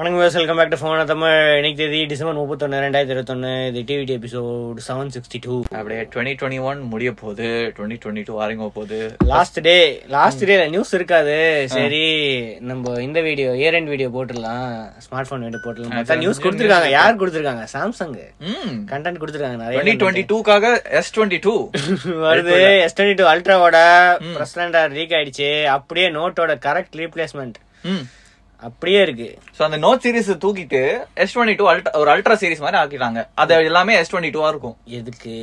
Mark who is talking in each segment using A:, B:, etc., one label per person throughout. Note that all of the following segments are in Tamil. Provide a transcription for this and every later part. A: வணக்கம் வேஸ் welcome back to phone Tamil இன்னைக்கு தேதி டிசம்பர் முப்பத்தொன்று ரெண்டாயிரத்தி இருபத்தொன்று இது டிவிடி எபிசோட் செவன் சிக்ஸ்டி டூ
B: அப்படியே டுவெண்ட்டி டுவெண்ட்டி ஒன் முடிய போகுது டுவெண்ட்டி டுவெண்ட்டி டூ ஆரங்க போகுது
A: last day last day news இருக்காது சரி நம்ம இந்த வீடியோ இயர் எண்ட் வீடியோ போட்டுடலாம் ஸ்மார்ட் ஃபோன் வீடியோ போட்டுடலாம் பார்த்தா நியூஸ் கொடுத்துருக்காங்க யார் கொடுத்துருக்காங்க சாம்சங்
B: ம்
A: கண்டென்ட் கொடுத்துருக்காங்க
B: டுவெண்ட்டி
A: நிறைய
B: டுவெண்ட்டி டூக்காக எஸ் டுவெண்ட்டி டூ
A: வருது எஸ் டுவெண்ட்டி டூ அல்ட்ராவோட பிரசிடண்டா லீக் ஆயிடுச்சு அப்படியே நோட்டோட கரெக்ட் ரீப்ளேஸ்மெண்ட்
B: ம்
A: அப்படியே இருக்கு
B: ஸோ அந்த நோட் சீரிஸ் தூக்கிட்டு எஸ் டுவெண்ட்டி டூ அல்ட்ரா ஒரு அல்ட்ரா சீரிஸ் மாதிரி ஆக்கிட்டாங்க அது எல்லாமே எஸ் டுவெண்ட்டி டூவா இருக்கும்
A: எதுக்கு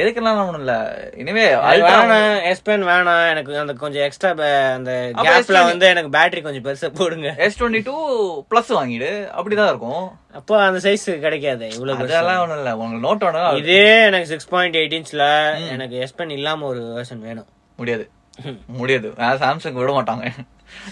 B: எதுக்கெல்லாம் ஒன்றும் இல்ல இனிமே
A: அது
B: அல்ட்ரா
A: வேணாம் எஸ் பென் வேணாம் எனக்கு அந்த கொஞ்சம் எக்ஸ்ட்ரா அந்த
B: அப்ப
A: கேப்ல
B: S20
A: வந்து எனக்கு பேட்டரி கொஞ்சம் பெருசா போடுங்க
B: எஸ் டுவெண்ட்டி டூ பிளஸ் வாங்கிடு அப்படிதான் இருக்கும்
A: அப்போ அந்த சைஸ் கிடைக்காது இவ்வளவு பெருசா.
B: அதெல்லாம் ஒன்றும் இல்ல உங்களுக்கு நோட் ஒன்று
A: இதே எனக்கு சிக்ஸ் பாயிண்ட் எயிட் இன்ச்ல எனக்கு எஸ் பென் இல்லாம ஒரு வெர்ஷன் வேணும்
B: முடியாது முடியாது சாம்சங் விட மாட்டாங்க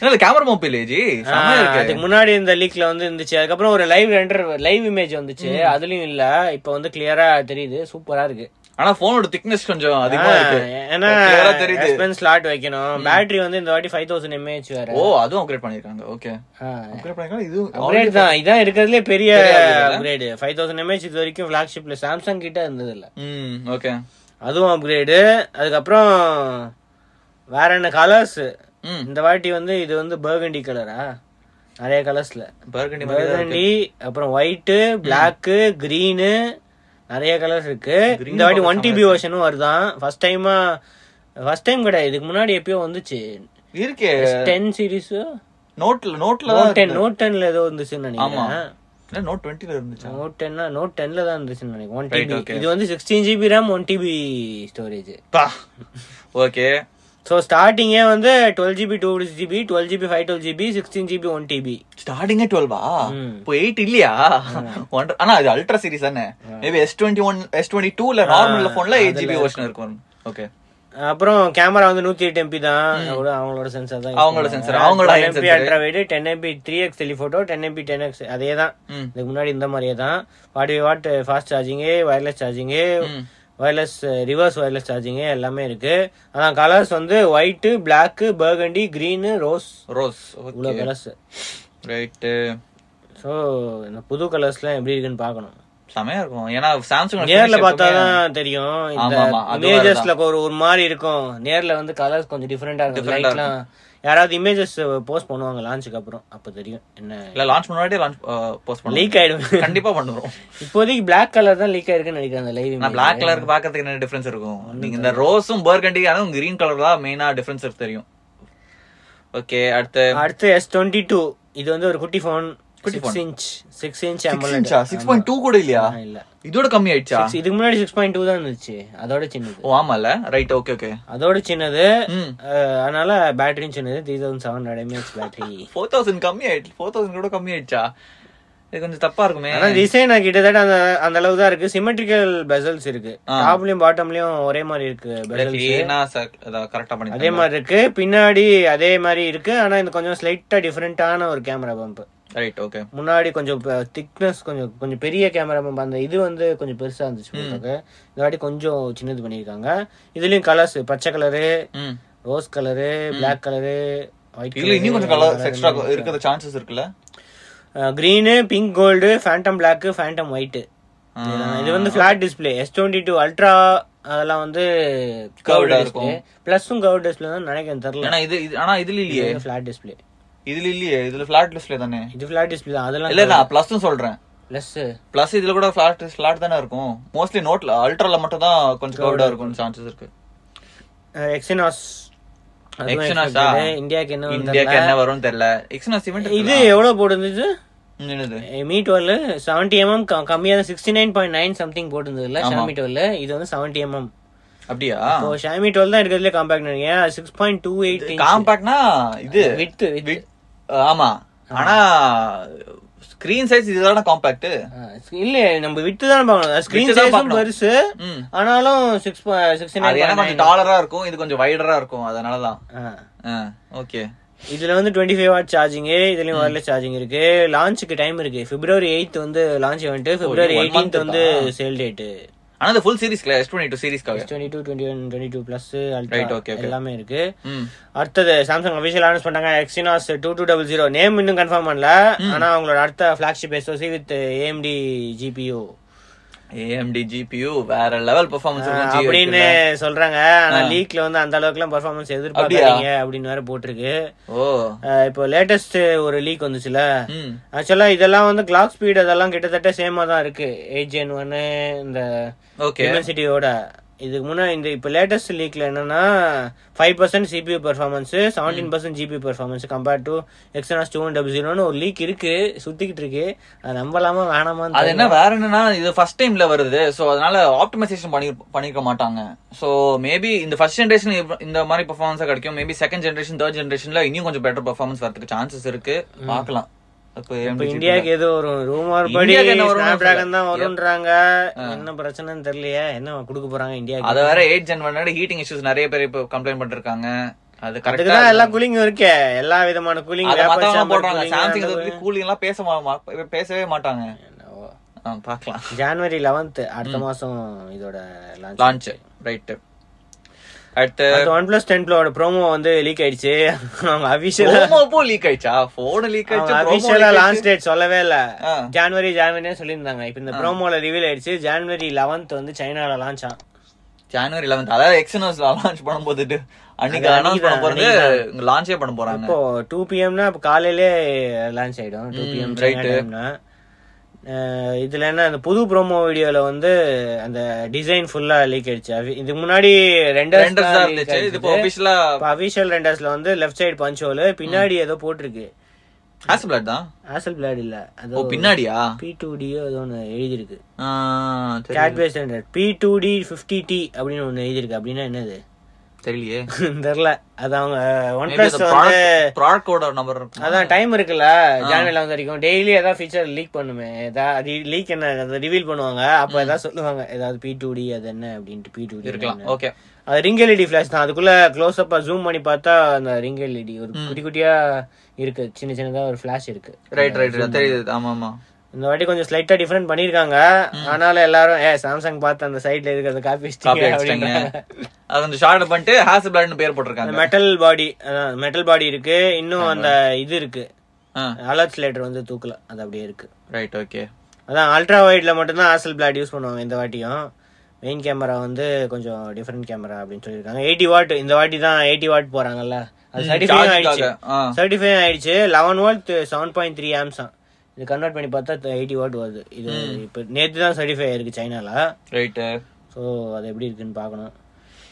B: இல்லை கேமரா மொபைல் ஜி செமையா
A: ஆ,
B: இருக்கு
A: அதுக்கு முன்னாடி இந்த லீக்ல வந்து இருந்துச்சு அதுக்கப்புறம் ஒரு லைவ் ரெண்டர் லைவ் இமேஜ் வந்துச்சு அதுலயும் இல்ல இப்போ வந்து கிளியரா தெரியுது சூப்பரா இருக்கு
B: ஆனா போனோட திக்னஸ் கொஞ்சம்
A: ஆ,
B: அதிகமா இருக்கு
A: ஏன்னா
B: Clear ஆ தெரியுது.
A: எஸ்பென்ஸ் ஸ்லாட் வைக்கணும் பேட்டரி வந்து இந்த வாட்டி ஃபைவ் தௌசண்ட் எம்ஏஹெச் வேற
B: ஓ அதுவும் அப்கிரேட் பண்ணிருக்காங்க ஓகே அப்கிரேட் பண்ணிருக்காங்க இது
A: அப்கிரேட் தான் இதான் இருக்கிறதுலே பெரிய அப்கிரேட் ஃபைவ் தௌசண்ட் எம்ஏஹெச் இது வரைக்கும் ஃபிளாக்ஷிப்ல சாம்சங் கிட்ட இருந்தது இல்ல
B: ம் ஓகே
A: அதுவும் அப்கிரேடு அதுக்கப்புறம் வேற என்ன கலர்ஸ்
B: ம்
A: இந்த வாட்டி வந்து இது வந்து பர்கண்டி கலரா நிறைய கலர்ஸ்ல
B: பர்கண்டி மாதிரி தான்
A: பர்கண்டி அப்புறம் ஒயிட்டு பிளாக்கு கிரீனு நிறைய கலர்ஸ் இருக்கு இந்த வாட்டி ஒன் டிபி வெர்ஷனும் வருதான் ஃபர்ஸ்ட் டைமா ஃபர்ஸ்ட் டைம் கிடையாது இதுக்கு முன்னாடி எப்பயோ வந்துச்சு
B: இருக்கே
A: டென் சீரிஸ்
B: நோட்ல நோட்ல
A: நோட் டென் நோட் டென்ல ஏதோ இருந்துச்சுன்னு
B: ஆமா
A: நினைக்கிறேன்
B: இல்ல நோட் 20ல இருந்துச்சு
A: நோட் டென்னா நோட் டென்ல தான் இருந்துச்சுன்னு நினைக்கிறேன் ஒன்
B: Right,
A: டிபி
B: okay.
A: இது வந்து sixteen GB RAM one TB storage
B: பா ஓகே
A: ஸோ ஸ்டார்டிங்கே வந்து twelve GB two GB twelve GB five twelve GB sixteen GB one TB
B: ஸ்டார்டிங்கே 12 வா
A: ம்.
B: இப்போ 8 இல்லையா ஒன்ற ஆனா இது அல்ட்ரா சீரிஸ் தானே மேபி S21 S22 ல நார்மல் ஃபோன்ல 8 GB வெர்ஷன் இருக்கும் ஓகே
A: அப்புறம் கேமரா வந்து நூத்தி எட்டு எம்பி தான் அவங்களோட- அவங்களோட சென்சார் தான்
B: அவங்களோட sensor, அவங்களோட ion
A: MP
B: sensor.
A: Ultra wide ten MP three X telephoto ten MP ten X அதே தான்
B: ம்
A: இதுக்கு முன்னாடி இந்த மாதிரியே தான் forty watt fast charging wireless charging
B: ம்.
A: வயர்லெஸ் ரிவர்ஸ் வயர்லெஸ் சார்ஜிங்கு எல்லாமே இருக்கு அதான் கலர்ஸ் வந்து white black burgundy green rose
B: rose
A: இவ்வளோ
B: ஓகே
A: கலர்ஸ்
B: ரைட்
A: ஸோ இந்த புது கலர்ஸ்லாம் எப்படி இருக்குன்னு பார்க்கணும்
B: செமையா இருக்கும் ஏன்னா சாம்சங்
A: நேர்ல பார்த்தாதான் தெரியும் இந்த
B: ஆமா, ஆமா, அது
A: இமேஜஸ்ல ஒரு ஒரு மாதிரி இருக்கும் நேர்ல வந்து கலர்ஸ் கொஞ்சம் டிஃப்ரெண்டா இருக்கும்
B: Different ஆ
A: லைட்லாம் யாராவது இமேஜஸ் போஸ்ட் பண்ணுவாங்க லான்ச்சுக்கு அப்புறம் அப்ப தெரியும் என்ன
B: இல்ல லான்ச் முன்னாடி லான்ச் போஸ்ட் பண்ணலாம்
A: லீக் ஆயிடும்
B: கண்டிப்பா பண்ணுறோம்
A: இப்போதைக்கு பிளாக் கலர் தான் லீக் ஆயிருக்குன்னு நினைக்கிறேன் அந்த லைவ்
B: நான் பிளாக் கலருக்கு பாக்கிறதுக்கு என்ன டிஃபரன்ஸ் இருக்கும் நீங்க இந்த ரோஸும் பர்கண்டி அதுவும் கிரீன் கலர் தான் மெயினா டிஃபரன்ஸ் இருக்கு தெரியும் ஓகே அடுத்து
A: அடுத்து எஸ் டுவெண்ட்டி டூ இது வந்து ஒரு குட்டி phone six inch six inch அம்பலட்
B: சிக்ஸ் பாயிண்ட் டூ கூட இல்லையா
A: இல்ல
B: இதோட கம்மி ஆயிடுச்சா
A: Six- இதுக்கு முன்னாடி சிக்ஸ் பாயிண்ட் டூ தான் இருந்துச்சு அதோட சின்னது
B: ஓ ஆமால ரைட் ஓகே ஓகே
A: அதோட சின்னது
B: ம்
A: அஹ், அதனால பேட்டரியும் சின்னது three thousand seven hundred mAh battery
B: four thousand கம்மி ஆயிடுச்சு ஃபோர் தௌசண்ட் கூட கம்மி ஆயிடுச்சா இது கொஞ்சம் தப்பா இருக்குமே
A: ஆனா டிசைன் கிட்டத்தட்ட அந்த அந்த அளவு தான் இருக்கு சிமெட்ரிக்கல் பெசல்ஸ் இருக்கு டாப்லயும் பாட்டம்லயும் ஒரே மாதிரி இருக்கு பெசல்ஸ்
B: கிளீனா கரெக்டா பண்ணி
A: அதே மாதிரி இருக்கு பின்னாடி அதே மாதிரி இருக்கு ஆனா இந்த கொஞ்சம் ஸ்லைட்டா டிஃப்ரெண்டான ஒரு கேமரா பம்ப்
B: ரைட் ஓகே
A: முன்னாடி கொஞ்சம் திக்னஸ் கொஞ்சம் கொஞ்சம் பெரிய கேமரா பம்ப் அந்த இது வந்து கொஞ்சம் பெருசா இருந்துச்சு பார்க்க. இந்த வாட்டி கொஞ்சம் சின்னது பண்ணியிருக்காங்க இதுலயும் கலர்ஸ் பச்சை கலரு
B: ம்
A: rose colour Black colour white
B: இதுல இன்னும் கொஞ்சம் கலர் எக்ஸ்ட்ரா இருக்கிற சான்சஸ் இருக்குல்ல
A: green pink gold phantom black phantom white இது வந்து flat display S twenty two ultra அதெல்லாம் வந்து கர்வ்டு டிஸ்ப்ளே பிளஸும் கர்வ் டிஸ்ப்ளே தான் நினைக்கிறேன் தெரியல
B: ஆனா இது இது- ஆனா இதுல இல்லையே
A: ஃபிளாட் டிஸ்ப்ளே
B: இதுல இல்லையே இதுல flat டிஸ்ப்ளே தானே
A: இது ஃபிளாட் டிஸ்ப்ளே தான் அதெல்லாம்
B: இல்ல நான் பிளஸ் சொல்றேன்
A: பிளஸ்
B: பிளஸ் இதுல கூட ஃபிளாட் ஃபிளாட் தானே இருக்கும் மோஸ்ட்லி நோட்ல அல்ட்ரால மட்டும் தான் கொஞ்சம் கர்வ்டா இருக்கும் சான்சஸ் இருக்கு
A: எக்ஸினாஸ்
B: Exynos ஆ?
A: இந்தியாக்கு என்ன வந்து
B: இந்தியாக்கு என்ன வரும்னு தெரியல எக்ஸ்னாஸ் இவெண்ட்
A: இது எவ்வளவு போட்டுருந்துச்சு
B: என்னது
A: மீ டுவெல் செவன்டி எம்எம் கம்மியா sixty nine point nine something போட்டுருந்ததுல ஷாமி டுவெல் இது வந்து செவன்டி எம்எம்
B: அப்படியா
A: ஓ ஷாமி டுவெல் தான் இருக்கிறதுல காம்பேக்ட் நினைக்கிறேன் சிக்ஸ் பாயிண்ட் டூ எயிட்
B: காம்பாக்ட்னா இது
A: வித் வித்
B: wi- அஹ் ஆமா ஆனா ஸ்கிரீன் சைஸ் இதுதான காம்பாக்ட்
A: இல்ல நம்ம விட்டு தான் பார்க்கணும் ஸ்கிரீன்
B: width தான்
A: சைஸும்
B: பார்க்கணும்.
A: பெருசு
B: ம்
A: ஆனாலும் சிக்ஸ் சிக்ஸ்டி
B: அது ஏன்னா
A: நைன்
B: கொஞ்சம் டாலரா இருக்கும் இது கொஞ்சம் வைடரா இருக்கும் அதனாலதான் ஓகே
A: இதுல வந்து டுவெண்ட்டி ஃபைவ் வாட் சார்ஜிங் இதுலயும் ஒயர்லெஸ் சார்ஜிங் இருக்கு லான்ச்சுக்கு டைம் இருக்கு பிப்ரவரி எயித் வந்து லான்ச் வந்துட்டு பிப்ரவரி
B: one month
A: எயிட்டீன்த் வந்து சேல் டேட்டு
B: ஆனா அந்த ஃபுல் சீரிஸ்ல எஸ் டுவெண்ட்டி டூ சீரிஸ்க்காக
A: twenty two twenty one twenty two plus
B: Right, okay,
A: ultra
B: okay.
A: எல்லாமே இருக்கு
B: ம்
A: அடுத்தது சாம்சங் அபிஷியல் அனௌன்ஸ் பண்ணாங்க Exynos two two double zero name இன்னும் கன்ஃபார்ம் பண்ணல ஆனா அவங்களோட அடுத்த flagship SoC with AMD GPU
B: AMD GPU வேற லெவல் பெர்ஃபார்மன்ஸ் இருக்கும் GPU
A: அப்படின்னு
B: ல.
A: சொல்றாங்க ஆனா லீக்ல வந்து அந்த அளவுக்கு எல்லாம் பெர்ஃபார்மன்ஸ் எதிர்பார்க்காதீங்க அப்படின்னு வேற போட்டிருக்கு
B: ஓ
A: அஹ் இப்போ லேட்டஸ்ட் ஒரு லீக் வந்துச்சுல
B: ம்
A: ஆக்சுவலா இதெல்லாம் வந்து கிளாக் ஸ்பீட் அதெல்லாம் கிட்டத்தட்ட சேமா தான் இருக்கு ஏஜிஎன் ஒன்னு இந்த
B: ஓகே
A: இன்டென்சிட்டியோட இதுக்கு முன்னாடி இந்த இப்போ லேட்டஸ்ட் லீக்ல என்னன்னா five percent CPU performance seventeen percent GPU performance compared to Exynos two one double ஜீரோன்னு ஒரு லீக் இருக்கு சுத்திக்கிட்டு இருக்கு அது நம்பலாமா வேணாமான்னு
B: அது
A: தெரியல.
B: என்ன வேற என்னன்னா இது ஃபர்ஸ்ட் டைம்ல வருது சோ அதனால ஆப்டிமைசேஷன் பண்ணி பண்ணிருக்க மாட்டாங்க சோ மேபி இந்த ஃபர்ஸ்ட் ஜெனரேஷன் இந்த மாதிரி பெர்ஃபார்மன்ஸ் கிடைக்கும் மேபி செகண்ட் ஜெனரேஷன் தேர்ட் ஜெனரேஷன்ல இன்னும் கொஞ்சம் பெட்டர் பெர்ஃபார்மன்ஸ் வரதுக்கு சான்சஸ் இருக்கு பார்க்கலாம் அப்போ
A: இப்ப
B: AMD GPU
A: இந்தியாவுக்கு ஏதோ ஒரு ரூமர் படி
B: இந்தியாவுக்கு என்ன வரும்னு
A: ஸ்னாப் டிராகன் தான்
B: தெரியல.
A: வரும்ன்றாங்க என்ன பிரச்சனைன்னு தெரியலையே என்ன கொடுக்க போறாங்க
B: அத
A: இந்தியாவுக்கு
B: வேற எயிட் ஜென் பண்ணாடி ஹீட்டிங் இஷ்யூஸ் நிறைய பேர் இப்போ கம்ப்ளைண்ட் பண்ணிருக்காங்க அது கரெக்டா
A: அதுக்குதான் எல்லா கூலிங்கும் இருக்கே எல்லா விதமான கூலிங்
B: அத மத்தவங்க போடுறாங்க சாம்சங் இதை பத்தி கூலிங் எல்லாம் பேச மா- மா- பேசவே மாட்டாங்க ஆ, பார்க்கலாம்
A: ஜனவரி 11th அடுத்த மாசம் இதோட லான்ச்
B: லான்ச் ரைட் அடுத்து
A: அடுத்து ஒன் பிளஸ் டென் ப்ளோட ப்ரோமோ வந்து லீக் ஆயிடுச்சு அவங்க அபிஷியலா
B: ப்ரோமோ போ லீக் ஆயிடுச்சா போன் லீக் ஆயிடுச்சு promo leak
A: அபிஷியலா
B: ஆயிடுச்சு.
A: லான்ச் டேட் சொல்லவே இல்ல
B: ஆ.
A: ஜனவரி ஜனவரினே சொல்லியிருந்தாங்க இப்ப இந்த ப்ரோமோல ரிவீல் ஆயிடுச்சு ஜனவரி 11th வந்து சைனால லான்ச் ஆகும்
B: ஜனவரி 11th அதாவது எக்ஸனோஸ் லான்ச் பண்ணும்போது டு- அன்னைக்கு
A: அது
B: அனௌன்ஸ் பண்ண
A: அன்னைக்கு
B: போறது லான்ச்சே பண்ண போறாங்க
A: இப்போ டூ பிஎம்னா இப்போ காலையிலே லான்ச் ஆயிடும் டூ பிஎம்
B: right.
A: டைம்னா இதுல என்ன அந்த புது ப்ரோமோ வீடியோல வந்து அந்த டிசைன் ஃபுல்லா லீக் ஆயிடுச்சு அது- இதுக்கு முன்னாடி
B: ரெண்டர்ஸ் தான் இருந்துச்சு இது இப்போ
A: ரெண்டர்ஸ்
B: ஆபீஷியலா
A: அபிஷியல் ரெண்டர்ஸ்ல வந்து லெஃப்ட் சைடு பஞ்ச் ஹோல் பின்னாடி ஏதோ போட்டிருக்கு
B: ஹாஸ்பிளட் தான்
A: ஆசல் பிளாட் இல்ல அது
B: ஓ பின்னாடியா
A: பி டூ டியோ ஏதோ ஒன்று எழுதிருக்கு
B: ஆ, தெரி-
A: கேட்வேஸ் render P two D fifty D அப்படின்னு ஒன்று எழுதிருக்கு அப்படின்னா என்னது
B: தெரியலையே
A: தெரில அது அவங்க ஒன்
B: மேபி
A: பிளஸ்
B: அந்த
A: வந்து
B: ப்ராடக்டோட நம்பர் இருக்கும்
A: அதான் டைம் இருக்குல்ல ஜான்வரி லெவன்த் வரைக்கும் டெய்லி ஏதாவது ஃபீச்சர் லீக் பண்ணுமே ஏதாவது அது லீக் என்ன அதை ரிவீல் பண்ணுவாங்க அப்போ ஏதாவது சொல்லுவாங்க ஏதாவது பி டூ டி அது என்ன அப்படின்ட்டு பி டூ டி
B: இருக்கலாம் ஓகே
A: அது ரிங் எல்இடி ஃபிளாஷ் தான் அதுக்குள்ள க்ளோஸ் அப்பா ஜூம் பண்ணி பார்த்தா அந்த ரிங் எல்இடி ஒரு குட்டி குட்டியா இருக்கு சின்ன சின்னதா ஒரு ஃபிளாஷ் இருக்கு
B: ரைட் ரைட் தெரியுது ஆமா ஆமா
A: இந்த வாட்டி கொஞ்சம் ஸ்லைட்டா டிஃபரெண்ட் பண்ணிருக்காங்க ஆனாலும் எல்லாரும் ஏ சாம்சங் பார்த்து அந்த சைடுல இருக்கிறத காப்பி
B: காப்பி அடிச்சிட்டாங்க அது அந்த ஷார்ட் பண்ணிட்டு ஹாஸ்பிளட்னு பேர் போட்டிருக்காங்க
A: மெட்டல் பாடி மெட்டல் பாடி இருக்கு இன்னும் அந்த இது இருக்கு அலர்ட்ஸ் லேட்டர் வந்து தூக்கல அது அப்படியே இருக்கு
B: ரைட் ஓகே
A: அதான் அல்ட்ரா வைட்ல மட்டும்தான் ஆசல் பிளாட் யூஸ் பண்ணுவாங்க இந்த வாட்டியும் மெயின் கேமரா வந்து கொஞ்சம் டிஃப்ரெண்ட் கேமரா அப்படின்னு சொல்லியிருக்காங்க எயிட்டி வாட் இந்த வாட்டி தான் எயிட்டி வாட் போறாங்கல்ல அது சர்டிஃபை ஆயிடுச்சு சர்டிஃபை ஆயிடுச்சு eleven watt seven point three amps இது கன்வெர்ட் பண்ணி பார்த்தா எயிட்டி வாட் வருது இது இப்போ நேற்று தான் சர்டிஃபை ஆயிருக்கு சைனால
B: ரைட்
A: ஸோ அது எப்படி இருக்குன்னு பார்க்கணும்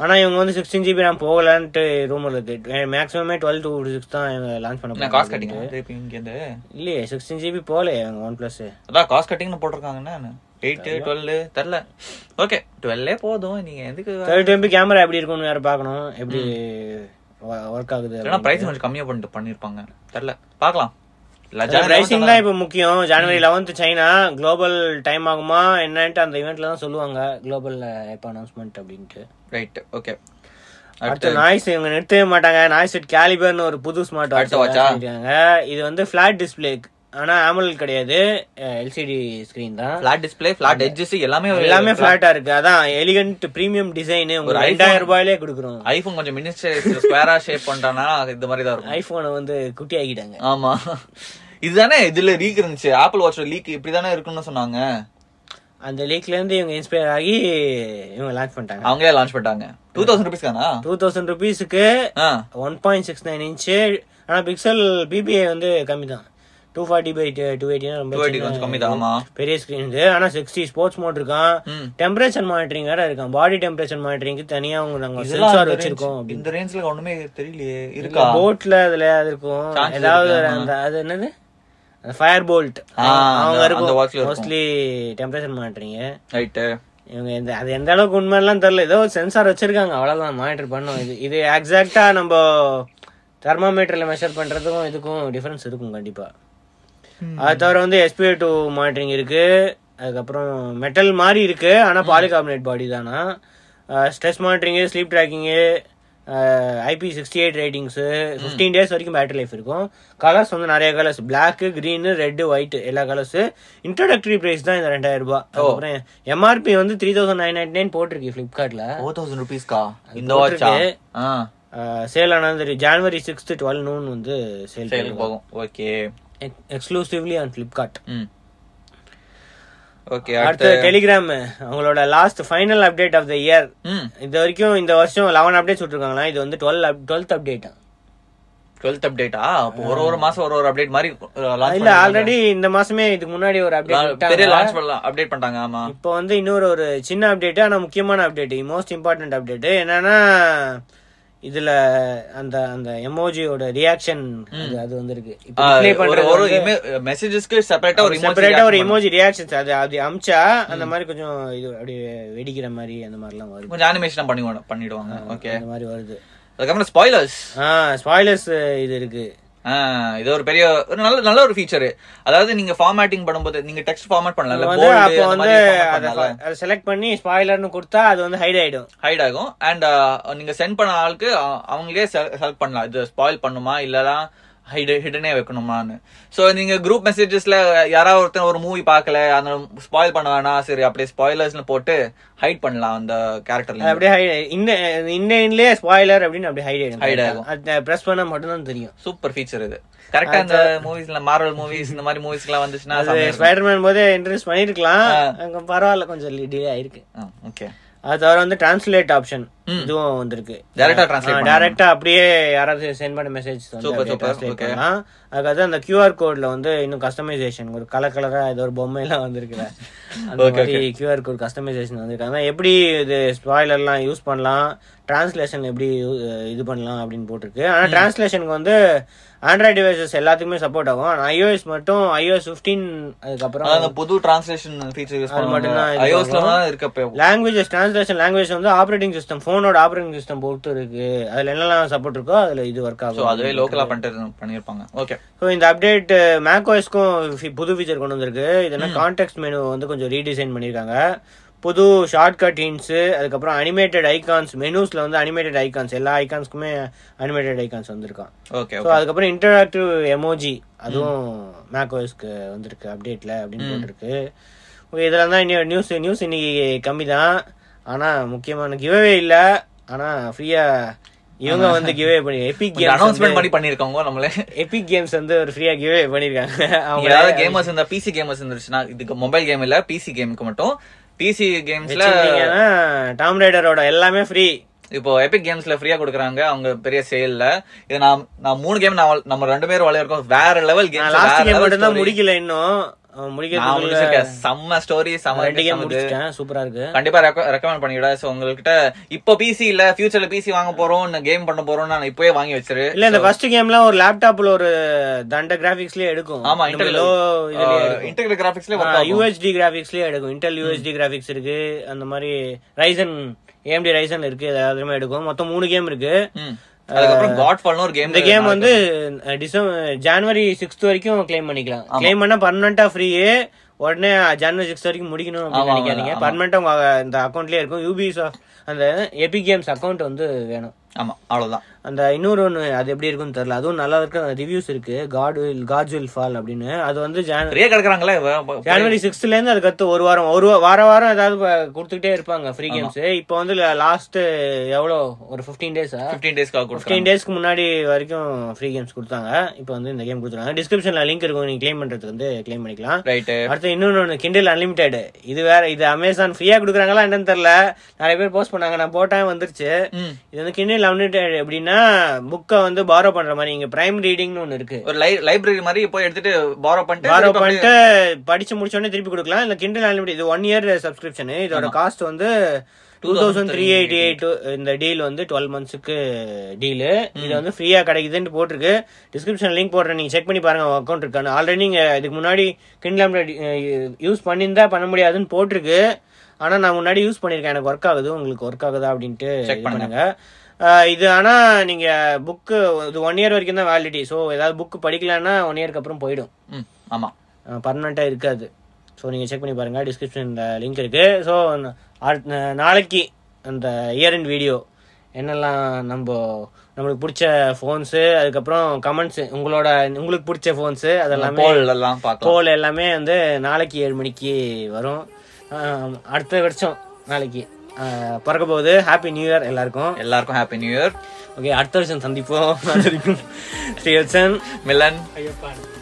A: ஆனால் இவங்க வந்து சிக்ஸ்டீன் ஜிபி நான் போகலான்ட்டு ரூமர் இருக்கு மேக்ஸிமமே டுவெல் டூ சிக்ஸ் தான் இவங்க லான்ச் பண்ண
B: நான் காஸ்ட்
A: போறாங்க.
B: கட்டிங் திருப்பி இங்க இருந்து
A: இல்லையே சிக்ஸ்டீன் ஜிபி போகலையே இவங்க ஒன் ப்ளஸ்
B: அதான் காஸ்ட் கட்டிங்னு போட்டிருக்காங்கன்னா எயிட் டுவெல் தெரில ஓகே டுவெல்லே போதும் நீங்க எதுக்கு
A: தேர்ட்டி எம்பி கேமரா எப்படி இருக்கும்னு வேற பார்க்கணும் எப்படி ஒர்க் ஆகுது
B: இல்லைன்னா பிரைஸ் கொஞ்சம் கம்மியா பண்ணிட்டு பண்ணிருப்பாங்க தெரில பார்க்கலாம்
A: பிரைசிங் தான் இப்போ முக்கியம் ஜனவரி லெவன்த் சைனா குளோபல் டைம் ஆகுமா என்னன்ட்டு அந்த இவெண்ட்ல தான் சொல்லுவாங்க குளோபல்ல எப்போ அனௌன்ஸ்மெண்ட் அப்படின்ட்டு
B: ரைட் ஓகே Uh,
A: அடுத்து நாய்ஸ் இவங்க நிறுத்தவே மாட்டாங்க நாய்ஸ் செட் கேலிபர்னு ஒரு புது ஸ்மார்ட் வாட்ச்
B: அடுத்த watch-ஆ?
A: இருக்காங்க இது வந்து ஃபிளாட் டிஸ்பிளே ஆனா AMOLED கிடையாது எல்சிடி ஸ்கிரீன் தான்
B: ஃபிளாட் டிஸ்ப்ளே ஃபிளாட் எட்ஜஸ் எல்லாமே ஒரு
A: எல்லாமே ஃபிளாட்டா இருக்கு அதான் எலிகன்ட் பிரீமியம் டிசைன் உங்களுக்கு ரெண்டாயிரம் ரூபாயிலே கொடுக்குறோம்
B: ஐபோன் கொஞ்சம் மினிஸ்டர் ஸ்கொயரா ஷேப் பண்றானா இந்த மாதிரி தான் இருக்கும்
A: ஐபோனை வந்து குட்டி ஆக்கிட்டாங்க
B: ஆமா இதுதானே இதுல லீக் இருந்துச்சு ஆப்பிள் வாட்ச் லீக் இப்படிதானே இருக்குன்னு சொன்னாங்க
A: அந்த லீக்ல இருந்து இவங்க இன்ஸ்பயர் ஆகி இவங்க லான்ச் பண்ணிட்டாங்க
B: அவங்களே லான்ச் பண்ணிட்டாங்க டூ தௌசண்ட் ருபீஸ் தானா
A: டூ தௌசண்ட் ருபீஸுக்கு
B: ஆ,
A: one point six nine inch ஆனா பிக்சல் பிபிஐ வந்து கம்மி தான் டூ ஃபார்ட்டி பை டூ எயிட்டினா ரொம்ப
B: 280 கொஞ்சம் கம்மி தான் ஆமா
A: பெரிய ஸ்கிரீன் இது ஆனா சிக்ஸ்டி ஸ்போர்ட்ஸ் மோட் இருக்கான்
B: ம்.
A: டெம்பரேச்சர் மானிட்டரிங் வேற இருக்கான் பாடி டெம்பரேச்சர் மானிட்டரிங்க்கு தனியா அவங்க நாங்க
B: இதெல்லாம்
A: சென்சார்
B: இந்த
A: வச்சிருக்கோம்
B: range-
A: அப்படின்னு
B: இந்த ரேஞ்ச்ல ஒண்ணுமே தெரியலையே இருக்கா
A: போட்ல அதுல அது இருக்கும்
B: Chances
A: ஏதாவது
B: இருக்கா?
A: அந்த அது என்னது ஃபயர் போல்ட்
B: ஆ,
A: அவங்க
B: அந்த- அந்த watch ல
A: இருக்கும்
B: இருக்கும்.
A: மோஸ்ட்லி டெம்பரேச்சர் மானிட்டரிங்
B: ரைட்டு
A: இவங்க இந்த அது எந்த அளவுக்கு உண்மையெல்லாம் தெரியல ஏதோ சென்சார் வச்சிருக்காங்க அவ்வளவுதான் மானிட்டர் பண்ணோம் இது இது எக்ஸாக்டா நம்ம தெர்மாமீட்டர்ல மெஷர் பண்றதுக்கும் இதுக்கும் டிஃபரன்ஸ் இருக்கும் கண்டிப்பா அது தவிர வந்து எஸ்பிஐ டூ மானிட்டரிங் இருக்கு அதுக்கப்புறம் மெட்டல் மாதிரி இருக்கு ஆனா பாலிகார்பனேட் பாடி தானா stress monitoring sleep tracking IP sixty eight ratings fifteen days வரைக்கும் பேட்டரி லைஃப் இருக்கும் கலர்ஸ் வந்து நிறைய colours black green red white எல்லா கலர்ஸு இன்ட்ரோடக்டரி ப்ரைஸ் தான் இந்த ரெண்டாயிரம் ரூபாய் அப்புறம் எம்ஆர்பி வந்து three thousand nine ninety nine போட்டிருக்கு ஃப்ளிப்கார்ட்டில்
B: ஃபோர் தௌசண்ட் ருபீஸ்க்கா இந்த வாட்சா
A: போட்டிருக்கு.
B: ஆ
A: சேல் ஆனது தெரியும் ஜான்வரி சிக்ஸ்த்து டுவெல் நூன் வந்து சேல்
B: சரி போகும் ஓகே
A: எக்ஸ்க்ளூசிவ்லி ஆன் ஃப்ளிப்கார்ட்
B: ம் ஓகே
A: அடுத்து
B: அடுத்து
A: டெலிகிராம் அவங்களோட last final update of the year
B: ம்
A: இது வரைக்கும் இந்த வருஷம் லெவன் அப்டேட்ஸ் விட்டுருக்காங்களா இது வந்து டுவெல் டுவெல்த் அப்டேட்டா
B: டுவெல்த் அப்டேட்டா அப்போ ஒரு ஒரு மாசம் ஒரு ஒரு அப்டேட் மாதிரி லான்ச்
A: இல்ல ஆல்ரெடி இந்த மாசமே இதுக்கு முன்னாடி ஒரு
B: பெரிய
A: அப்டேட்
B: லான்ச் பண்ணலாம் அப்டேட் பண்ணிட்டாங்க ஆமா
A: இப்போ வந்து இன்னொரு ஒரு சின்ன அப்டேட் ஆனா முக்கியமான அப்டேட் மோஸ்ட் இம்பார்ட்டன்ட் அப்டேட் என்னன்னா இதுல அந்த அந்த எமோஜியோட ரியாக்ஷன் அது வந்திருக்கு இப்போ
B: ஆ,
A: display
B: ஒரு
A: பண்றது
B: ஒரு
A: வந்து-
B: மெசேஜஸ்க்கு செப்பரேட்டா ஒரு
A: செப்பரேட்டா ஒரு
B: ஒரு
A: எமோஜி ரியாக்ஷன்ஸ் அது அது அமிச்சா அந்த மாதிரி கொஞ்சம் இது அப்படியே வெடிக்கிற மாதிரி அந்த மாதிரிலாம் வருது
B: கொஞ்சம் அனிமேஷன் பண்ணி பண்ணிடுவாங்க ஓகே
A: அந்த மாதிரி வருது
B: அதுக்கப்புறம் ஸ்பாய்லர்ஸ்
A: ஆ ஸ்பாய்லர்ஸ் இது இருக்கு
B: இது ஒரு பெரிய ஒரு நல்ல நல்ல ஒரு ஃபீச்சர் அதாவது நீங்க ஃபார்மேட்டிங் பண்ணும்போது நீங்க டெக்ஸ்ட் ஃபார்மேட் பண்ணல
A: வந்து அப்போ வந்து அதை அதை செலக்ட் பண்ணி ஸ்பாய்லர்னு கொடுத்தா அது வந்து ஹைட் ஆயிடும்
B: ஹைட் ஆகும் அண்ட் நீங்க சென்ட் பண்ண ஆளுக்கு அ- அவங்களே செலக்ட் பண்ணலாம் இது ஸ்பாயில் பண்ணுமா இல்லனா ஹைட் ஹிடனே வைக்கணுமான்னு சோ நீங்க குரூப் மெசேஜஸ்ல யாராவது ஒருத்தன் ஒரு மூவி பார்க்கல அந்த ஸ்பாயில் பண்ண வேணாம் சரி அப்படியே ஸ்பாயிலர்ஸ்னு போட்டு ஹைட் பண்ணலாம் அந்த
A: அது
B: கேரக்டர்ல
A: அப்படியே ஹைட் இன்ன இன்னையிலே ஸ்பாய்லர் அப்படின்னு அப்படியே ஹைட் ஆயிடும்
B: Hide
A: ஹைட்
B: ஆகும்.
A: ஆகும் அது பிரஸ் பண்ணா மட்டும்தான் தெரியும்
B: சூப்பர் ஃபீச்சர் இது கரெக்டா இந்த மூவிஸ்ல மார்வல் மூவிஸ் இந்த மாதிரி மூவிஸ்க்குலாம் வந்துச்சுன்னா
A: அது ஸ்பைடர்மேன் போதே இன்ட்ரெஸ்ட் பண்ணிருக்கலாம் அங்க பரவாயில்ல கொஞ்சம் டிலே ஆயிருக்கு
B: ஓகே
A: அது தவிர வந்து டிரான்ஸ்லேட் ஆப்ஷன் இதுவும் வந்திருக்கு
B: Direct ஆ translate பண்ணலாம்.
A: டைரக்டா அப்படியே யாராவது சென்ட் பண்ண மெசேஜ் வந்து
B: Super,
A: அப்படியே
B: super,
A: translate
B: okay.
A: பண்ணலாம் அதுக்காக அந்த QR கோட்ல வந்து இன்னும் கஸ்டமைசேஷன் ஒரு கலர் கலரா ஏதோ ஒரு பொம்மை எல்லாம் வந்திருக்குல அந்த
B: Okay,
A: மாதிரி QR கோட் கஸ்டமைசேஷன் வந்திருக்காங்க எப்படி இது ஸ்பாய்லர்லாம் யூஸ் பண்ணலாம் டிரான்ஸ்லேஷன் எப்படி யூ- இது பண்ணலாம் அப்படின்னு போட்டிருக்கு ஆனா டிரான்ஸ்லேஷனுக்கு வந்து ஆண்ட்ராய்ட் டிவைசஸ் எல்லாத்துக்குமே சப்போர்ட் ஆகும் ஆனா iOS மட்டும் iOS 15 அதுக்கப்புறம்
B: அந்த புது டிரான்ஸ்லேஷன் ஃபீச்சர் யூஸ்
A: மட்டும்தான்
B: பண்ணுவாங்க
A: இது
B: ஐஓஸ்ல தான் இருக்கப்ப
A: லாங்குவேஜஸ் டிரான்ஸ்லேஷன் லாங்குவேஜ் வந்து ஆப்ரேட்டிங் சிஸ்டம் ஃபோனோட ஆப்ரேட்டிங் சிஸ்டம் பொறுத்து இருக்கு அதுல என்னெல்லாம் சப்போர்ட் இருக்கோ அதுல இது ஒர்க்
B: சோ
A: ஆகும்
B: அதுவே லோக்கலா பண்ணிட்டு பண்ணிருப்பாங்க ஓகே
A: ஸோ இந்த அப்டேட் மேக்கோஸ்க்கும் புது ஃபீச்சர் கொண்டு வந்திருக்கு இது என்ன கான்டெக்ட் மெனு வந்து கொஞ்சம் ரீடிசைன் பண்ணியிருக்காங்க புது ஷார்ட்கட் ஹின்ஸு அதுக்கப்புறம் அனிமேட்டட் ஐகான்ஸ் மெனூஸில் வந்து அனிமேட்டட் ஐகான்ஸ் எல்லா ஐகான்ஸ்க்குமே அனிமேட்டட் ஐகான்ஸ் வந்திருக்கான்
B: ஓகே
A: ஸோ அதுக்கப்புறம் இன்டராக்டிவ் எமோஜி அதுவும் மேக்கோஸ்க்கு வந்திருக்கு அப்டேட்டில் அப்படின்னு போட்டிருக்கு Okay, இதெல்லாம் தான் இன்னும் நியூஸ் நியூஸ் இன்னைக்கு கம்மி தான் ஆனால் முக்கியமான கிவ்அவே இல்லை ஆனால் ஃப்ரீயாக இவங்க வந்து கிவ்அவே பண்ணி எபிக் கேம்ஸ்
B: அனௌன்ஸ்மெண்ட் பண்ணி பண்ணிருக்கவங்க நம்மளே
A: எபிக் கேம்ஸ் வந்து ஒரு ஃப்ரீயாக கிவ்அவே பண்ணியிருக்காங்க அவங்க
B: யாராவது கேமர்ஸ் இருந்தா பிசி கேமர்ஸ் இருந்துச்சுன்னா இதுக்கு மொபைல் கேம் இல்ல பிசி கேமுக்கு மட்டும் பிசி கேம்ஸ்ல
A: வச்சிருந்தீங்கன்னா டாம் ரைடரோட எல்லாமே ஃப்ரீ
B: இப்போ எபிக் கேம்ஸ்ல ஃப்ரீயா கொடுக்குறாங்க அவங்க பெரிய சேல்ல இது நான் நான் மூணு கேம் நம்ம ரெண்டு பேரும் விளையாடுறோம் வேற லெவல் கேம்
A: லாஸ்ட் கேம் மட்டும் தான் முடிக்கல இன்னும் அவன்
B: நான்
A: முடிக்கிறதுக்குள்ள
B: முடிச்சிருக்கேன் செம்ம ஸ்டோரி செம்ம
A: ரெண்டு கேம்
B: செம்ம இது.
A: முடிச்சிட்டேன் சூப்பராக இருக்கு
B: கண்டிப்பா ரெக்கமெண்ட் பண்ணிவிட சோ உங்ககிட்ட இப்போ பிசி இல்ல ஃபியூச்சர்ல பிசி வாங்க போறோம் கேம் பண்ண போறோம் நான் இப்போவே வாங்கி வச்சிரு
A: இல்ல இந்த ஃபர்ஸ்ட் கேம்ல ஒரு லேப்டாப்ல ஒரு தண்ட கிராபிக்ஸ்லயே எடுக்கும்
B: ஆமா
A: லோ இதுலயே
B: இன்டெகிரல் கிராபிக்ஸ்ல ஒர்க் ஆகும்
A: யூஎஸ்டி கிராபிக்ஸ்லயே எடுக்கும் இன்டெல் யூஎஸ்டி கிராபிக்ஸ் இருக்கு அந்த மாதிரி ரைசன் ஏஎம்டி ரைசன் இருக்கு இது எல்லாத்துலயுமே எடுக்கும் மொத்தம் மூணு கேம் இருக்கு
B: ம். அதுக்கப்புறம் காட் ஃபால்னு ஒரு கேம்
A: இந்த கேம் வந்து டிசம்பர் ஜனவரி சிக்ஸ்த் வரைக்கும் க்ளைம் பண்ணிக்கலாம் க்ளைம் பண்ணா பர்மனண்டா ஃப்ரீ உடனே ஜனவரி சிக்ஸ்த் வரைக்கும் முடிக்கணும் அப்படின்னு நினைக்காதீங்க பர்மனண்டா உங்க இந்த அக்கௌண்ட்லயே இருக்கும் யூபிஎஸ் அந்த எபிக் கேம்ஸ் அக்கௌண்ட் வந்து வேணும்
B: ஆமா அவ்வளவுதான்
A: அந்த இன்னொரு ஒன்று அது எப்படி இருக்குன்னு தெரியல அதுவும் நல்லா இருக்கு ரிவ்யூஸ் இருக்கு God will God will fall அப்படின்னு அது வந்து ஜான்
B: நிறைய கிடக்குறாங்களே இவ-
A: ஜனவரி சிக்ஸ்த்ல இருந்து அதுக்கு அடுத்து ஒரு வாரம் ஒரு வா- வார வாரம் ஏதாவது ப- கொடுத்துக்கிட்டே இருப்பாங்க ஃப்ரீ கேம்ஸ் இப்போ வந்து லாஸ்ட் எவ்வளோ ஒரு ஃபிஃப்டீன் டேஸா
B: 15 டேஸ்க்காக கொடுக்குறாங்க
A: ஃபிஃப்டீன் டேஸ்க்கு முன்னாடி வரைக்கும் ஃப்ரீ கேம்ஸ் கொடுத்தாங்க இப்போ வந்து இந்த கேம் கொடுத்துருக்காங்க டிஸ்கிரிப்ஷன்ல லிங்க் இருக்கும் நீங்க க்ளைம் பண்றதுக்கு வந்து க்ளைம் பண்ணிக்கலாம்
B: ரைட்டு
A: அடுத்து இன்னொன்னு ஒன்று கிண்டில் அன்லிமிடெட் இது வேற இது அமேசான் ஃப்ரீயா கொடுக்குறாங்களா என்னன்னு தெரியல நிறைய பேர் போஸ்ட் பண்ணாங்க நான் போட்டேன் வந்துருச்சு
B: ம்.
A: இது வந்து கிண்டில் அன்லிமிடெட் எப்படின்னா புக்கை வந்து பாரோ பண்ற மாதிரி இங்க பிரைம் ரீடிங்னு ஒன்று இருக்கு
B: ஒரு லை லைப்ரரி மாதிரி போய் எடுத்துட்டு பாரோ பண்ணிட்டு
A: பாரோ
B: திருப்பி
A: பண்ணிட்டு படிச்சு முடிச்ச உடனே திருப்பி கொடுக்கலாம் இந்த கிண்டில் அன்லிமிடெட் இது ஒன் இயர் சப்ஸ்கிரிப்ஷன் இதோட காஸ்ட் வந்து two thousand three eighty eight இந்த டீல் வந்து டுவெல் மந்த்ஸுக்கு டீலு இது வந்து ஃப்ரீயா கிடைக்குதுன்னு போட்டிருக்கு டிஸ்கிரிப்ஷன் லிங்க் போடுறேன் நீங்க செக் பண்ணி பாருங்க அக்கௌண்ட் இருக்கான்னு ஆல்ரெடி நீங்க இதுக்கு முன்னாடி கிண்டில் அன்லிமிடெட் யூஸ் பண்ணியிருந்தா பண்ண முடியாதுன்னு போட்டிருக்கு ஆனா நான் முன்னாடி யூஸ் பண்ணியிருக்கேன் எனக்கு ஒர்க் ஆகுது உங்களுக்கு ஒர்க் ஆகுதா அப்படின்ட்டு இது பண்ணுங்க அஹ் இது ஆனா நீங்க புக்கு இது ஒன் இயர் வரைக்கும் தான் வேலிடிட்டி ஸோ ஏதாவது புக் படிக்கலன்னா ஒன் இயர்க்கு அப்புறம் போயிடும்
B: ம், ஆமா
A: பர்மனெண்ட்டாக இருக்காது ஸோ நீங்கள் செக் பண்ணி பாருங்கள் டிஸ்கிரிப்ஷனில் லிங்க் இருக்குது ஸோ நாளைக்கு அந்த இயர் அண்ட் வீடியோ என்னெல்லாம் நம்ம நம்மளுக்கு பிடிச்ச ஃபோன்ஸு அதுக்கப்புறம் கமெண்ட்ஸு உங்களோட உங்களுக்கு பிடிச்ச ஃபோன்ஸு அதெல்லாமே
B: போல் எல்லாம் பார்க்கலாம்
A: போல் எல்லாமே வந்து நாளைக்கு ஏழு மணிக்கு வரும் ஆம், அடுத்த வருஷம் நாளைக்கு ஆ, பிறக்க போகுது ஹாப்பி நியூ இயர் எல்லாருக்கும்
B: எல்லாருக்கும் ஹாப்பி நியூ இயர்
A: ஓகே அடுத்த வருஷம் சந்திப்போம் அது வரைக்கும் ஸ்ரீவத்சன்
B: மிலன்
A: ஐயப்பா